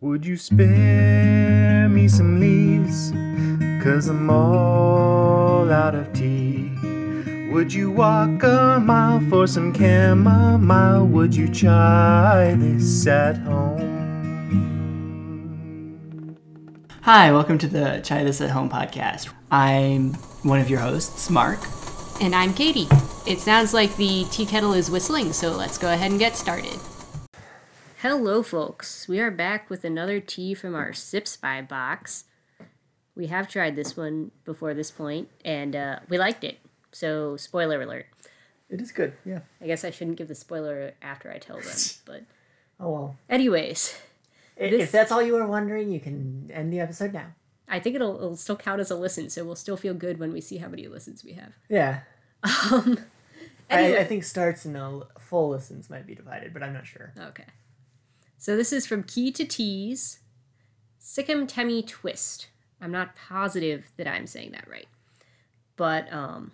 Would you spare me some leaves? Cause I'm all out of tea. Would you walk a mile for some chamomile? Would you try this at home? Hi, welcome to the Try This at Home podcast. I'm one of your hosts, Mark. And I'm Katie. It sounds like the tea kettle is whistling, so let's go ahead and get started. Hello, folks. We are back with another tea from our Sip Spy box. We have tried this one before this point, and uh, we liked it. So, spoiler alert. It is good, yeah. I guess I shouldn't give the spoiler after I tell them, but Oh well. anyways, I- This- If that's all you were wondering, you can end the episode now. I think it'll, it'll still count as a listen, so we'll still feel good when we see how many listens we have. Yeah. Um, I, I anyway. think starts and the full listens might be divided, but I'm not sure. Okay. So this is from Key to Tees, Sikkim Temi Twist. I'm not positive that I'm saying that right. But um,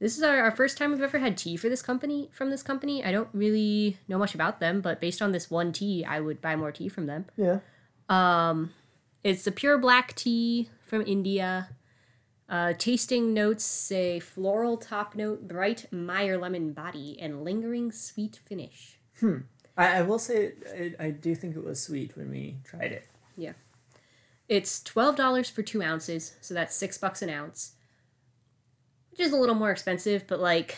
this is our, our first time we've ever had tea for this company from this company. I don't really know much about them, but based on this one tea, I would buy more tea from them. Yeah. It's a pure black tea from India. Uh, tasting notes say floral top note, bright Meyer lemon body, and lingering sweet finish. I, I will say I, I do think it was sweet when we tried it. Yeah. It's twelve dollars for two ounces, so that's six bucks an ounce. Which is a little more expensive, but like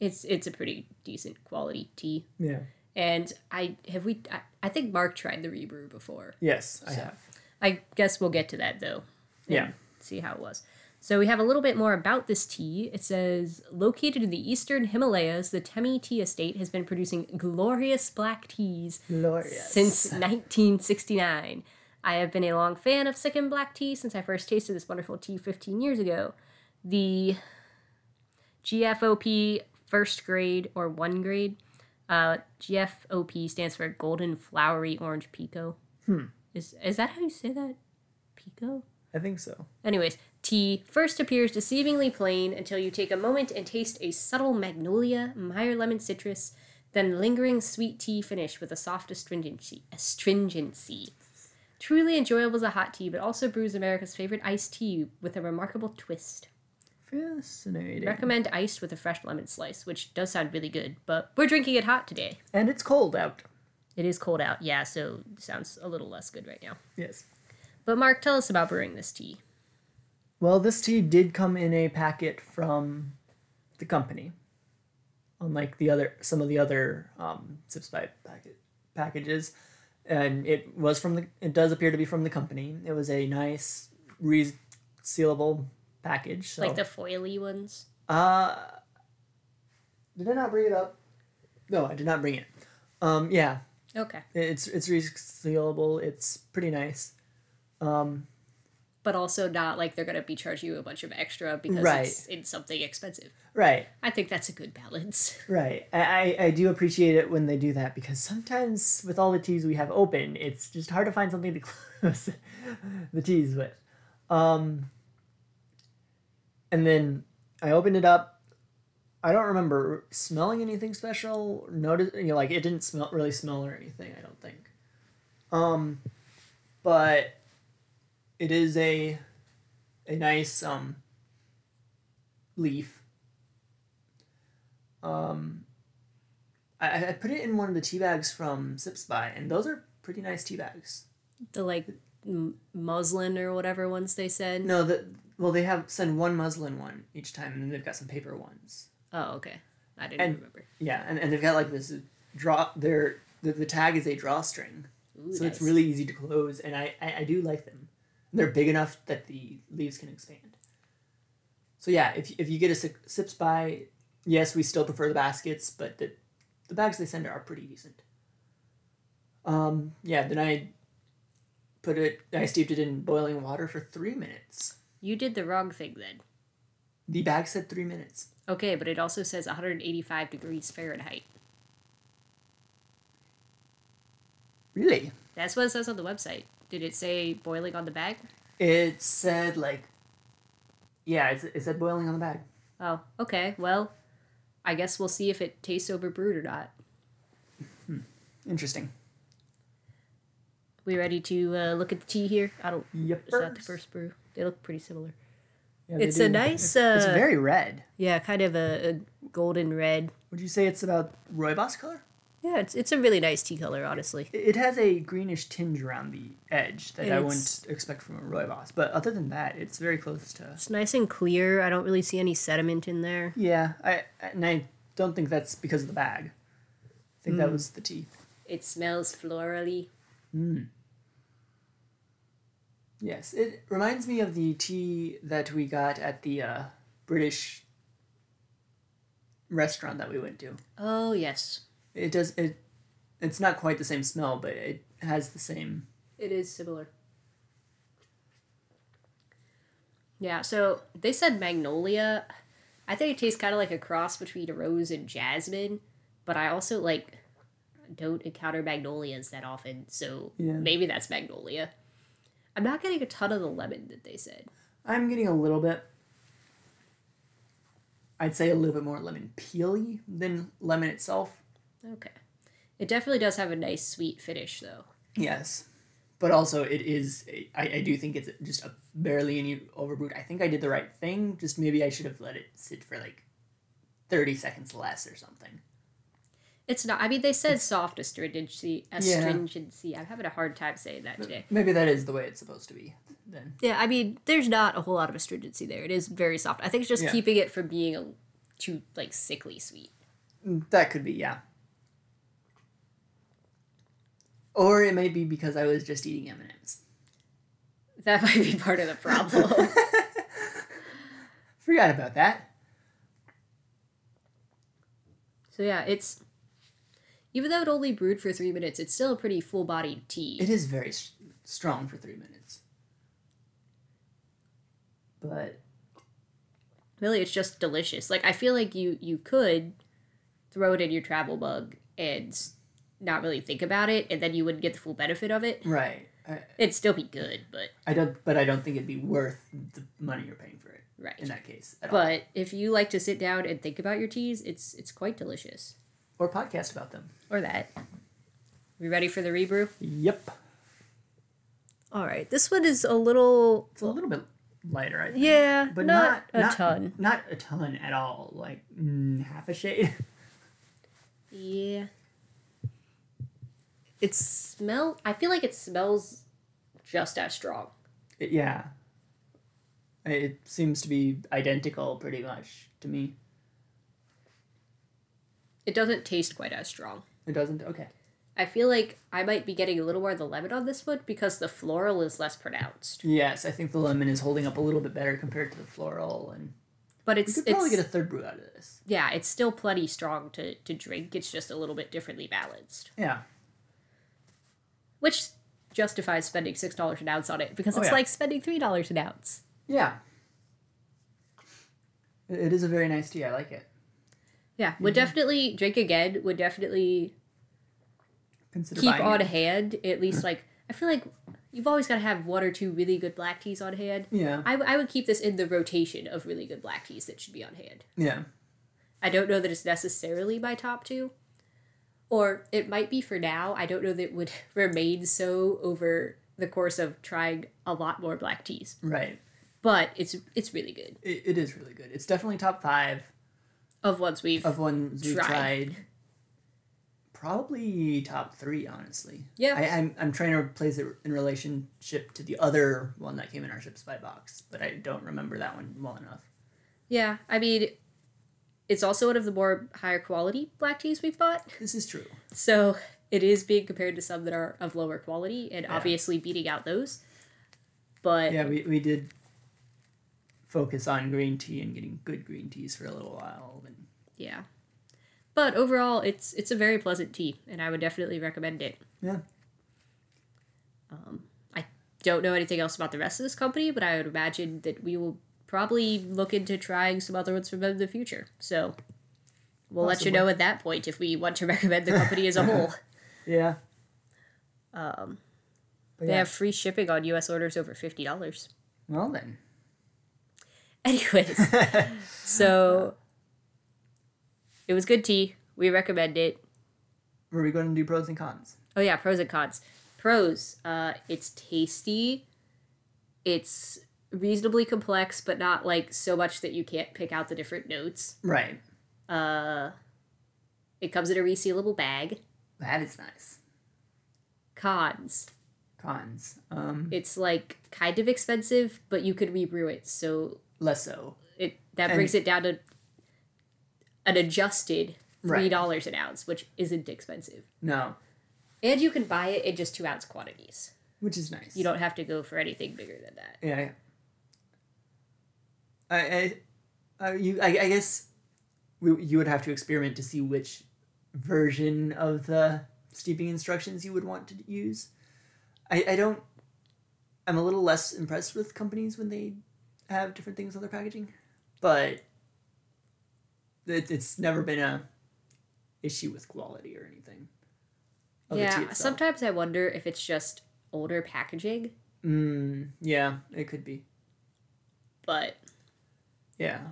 it's it's a pretty decent quality tea. Yeah. And I have we I, I think Mark tried the rebrew before. Yes, I So. have. I guess we'll get to that though. and Yeah. See how it was. So we have a little bit more about this tea. It says located in the eastern Himalayas, the Temi Tea Estate has been producing glorious black teas Glorious. since 1969. I have been a long fan of Sikkim black tea since I first tasted this wonderful tea 15 years ago. The GFOP first grade or one grade. Uh, GFOP stands for Golden Flowery Orange Pico. Hmm. Is is that how you say that? Pico. I think so. Anyways, tea first appears deceivingly plain until you take a moment and taste a subtle magnolia, Meyer lemon citrus, then lingering sweet tea finish with a soft astringency. astringency. Truly enjoyable as a hot tea, but also brews America's favorite iced tea with a remarkable twist. Fascinating. Recommend iced with a fresh lemon slice, which does sound really good, but we're drinking it hot today. and it's cold out. It is cold out, yeah, so sounds a little less good right now. Yes. But Mark, tell us about brewing this tea. Well, this tea did come in a packet from the company, unlike the other some of the other um, Sips by packet packages, and it was from the. It does appear to be from the company. It was a nice resealable package. So. Like the foily ones. Uh, did I not bring it up? No, I did not bring it. Um, yeah, Okay. it's it's resealable. It's pretty nice. but also not like they're going to be charging you a bunch of extra because Right. it's, it's something expensive. Right. I think that's a good balance. Right. I, I, I do appreciate it when they do that because sometimes with all the teas we have open, it's just hard to find something to close the teas with. Um, and then I opened it up. I don't remember smelling anything special. Notice, you know, like it didn't smell really smell or anything. I don't think. Um, but it is a a nice um leaf. Um, I- I, I put it in one of the tea bags from Sip Spy, and those are pretty nice tea bags. The like m- muslin or whatever ones they said. No, the well they have send one muslin one each time, and then they've got some paper ones. Oh, okay. I didn't And- remember. Yeah, and, and they've got like this draw. Their the, the tag is a drawstring, Ooh, so it's nice. really easy to close, and I, I I do like them. They're big enough that the leaves can expand. So yeah, if if you get a Sip Sip Spy, yes, we still prefer the baskets, but the the bags they send are pretty decent. Um, yeah, then I put it. I steeped it in boiling water for three minutes. You did the wrong thing then. The bag said three minutes. Okay, but it also says 185 degrees Fahrenheit. Really? That's what it says on the website. Did it say boiling on the bag? It said like, yeah, it, it said boiling on the bag. Oh, okay. Well, I guess we'll see if it tastes overbrewed or not. Interesting. We ready to uh, look at the tea here? I don't. Yep. Is that the first brew? They look pretty similar. Yeah, they It's a do. nice, uh, It's very red. yeah, kind of a, a golden red. Would you say it's about rooibos color? Yeah, it's it's a really nice tea color, honestly. It it has a greenish tinge around the edge that I It's- wouldn't expect from a rooibos, but other than that, it's very close to. It's nice and clear. I don't really see any sediment in there. Yeah, I and I don't think that's because of the bag. I think that was the tea. It smells florally. Yes, it reminds me of the tea that we got at the uh, British restaurant that we went to. Oh yes, It does it. It's not quite the same smell, but it has the same. it is similar. Yeah, so they said magnolia. I think it tastes kind of like a cross between a rose and jasmine, but I also like don't encounter magnolias that often, so Yeah. maybe that's magnolia. I'm not getting a ton of the lemon that they said. I'm getting a little bit. I'd say a little bit more lemon peely than lemon itself. Okay. It definitely does have a nice sweet finish though. Yes, but also it is. I, I do think it's just a barely any overbrewed. I think I did the right thing. Just maybe I should have let it sit for like thirty seconds less or something. It's not I mean they said soft astringency astringency. I'm having a hard time saying that today. Maybe that is the way it's supposed to be. Then Yeah, I mean there's not a whole lot of astringency there. It is very soft. I think it's just Yeah. keeping it from being a, too like sickly sweet. that could be yeah. Or it may be because I was just eating M and M's. That might be part of the problem. Forgot about that. so yeah, it's even though it only brewed for three minutes, it's still a pretty full bodied tea. It is very s strong for three minutes. But really it's just delicious like i feel like you you could throw it in your travel mug and not really think about it and then you wouldn't get the full benefit of it right, I, it'd still be good but I don't. But I don't think it'd be worth the money you're paying for it right in that case at all. but if you like to sit down and think about your teas it's it's quite delicious Or podcast about them. or that we ready for the rebrew Yep, all right this one is a little it's a little bit lighter, I think. yeah but not, not, a not- ton Not a ton at all. Like mm, half a shade. yeah it smell i feel like it smells just as strong It- yeah. I- It seems to be identical pretty much to me. it doesn't taste quite as strong It doesn't? Okay. I feel like I might be getting a little more of the lemon on this one because the floral is less pronounced. Yes, I think the lemon is holding up a little bit better compared to the floral and But you it's could probably it's get a third brew out of this. yeah, it's still plenty strong to to drink. It's just a little bit differently balanced, Yeah. which justifies spending six dollars an ounce on it because Oh, it's yeah. like spending three dollars an ounce. Yeah. It it is a very nice tea. I like it. Yeah, Mhm. would definitely drink again. Would definitely Consider keep buying on it. hand at least like I feel like you've always got to have one or two really good black teas on hand. Yeah. I, I would keep this in the rotation of really good black teas that should be on hand. yeah. I don't know that it's necessarily my top two, or it might be for now. I don't know that it would remain so over the course of trying a lot more black teas, Right. but it's it's really good It, it is really good. It's definitely top five of ones we've of ones we've Tried. tried. Probably top three, honestly. Yeah. I, I'm, I'm trying to place it in relationship to the other one that came in our ship spy box, but I don't remember that one well enough. yeah. I mean, it's also one of the more higher quality black teas we've bought, This is true. so it is being compared to some that are of lower quality and obviously beating out those. But Yeah, we, we did focus on green tea and getting good green teas for a little while. And yeah. But overall, it's it's a very pleasant tea, and I would definitely recommend it. yeah. I don't know anything else about the rest of this company, but I would imagine that we will probably look into trying some other ones from them in the future. So we'll let you know at that point if we want to recommend the company as a whole. Yeah. Um, but Um, They yeah. have free shipping on US orders over fifty dollars. Well, then. Anyways, so it was good tea. We recommend it. Were we going to do pros and cons? Oh yeah, pros and cons. Pros: uh, it's tasty. It's reasonably complex, but not like so much that you can't pick out the different notes. Right. Uh, it comes in a resealable bag. That is nice. Cons: Cons. Um, it's like kind of expensive, but you could rebrew it, so less so. it that And- brings it down to an adjusted Right. three dollars an ounce, which isn't expensive. No. And you can buy it in just two ounce quantities. Which is nice. You don't have to go for anything bigger than that. Yeah. yeah. I, I, uh, you, I, I guess we, you would have to experiment to see which version of the steeping instructions you would want to use. I, I don't. I'm a little less impressed with companies when they have different things on their packaging, but it, it's never been a issue with quality or anything. Oh, of the tea yeah, itself. sometimes I wonder if it's just older packaging, Mm, yeah, it could be. but Yeah.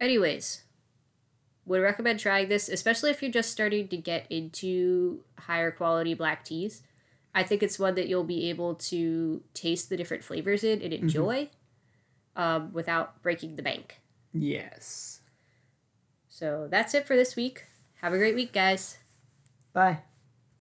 anyways, would recommend trying this, especially if you're just starting to get into higher quality black teas. I think it's one that you'll be able to taste the different flavors in and enjoy um, without breaking the bank. Yes. So that's it for this week. Have a great week, guys. Bye.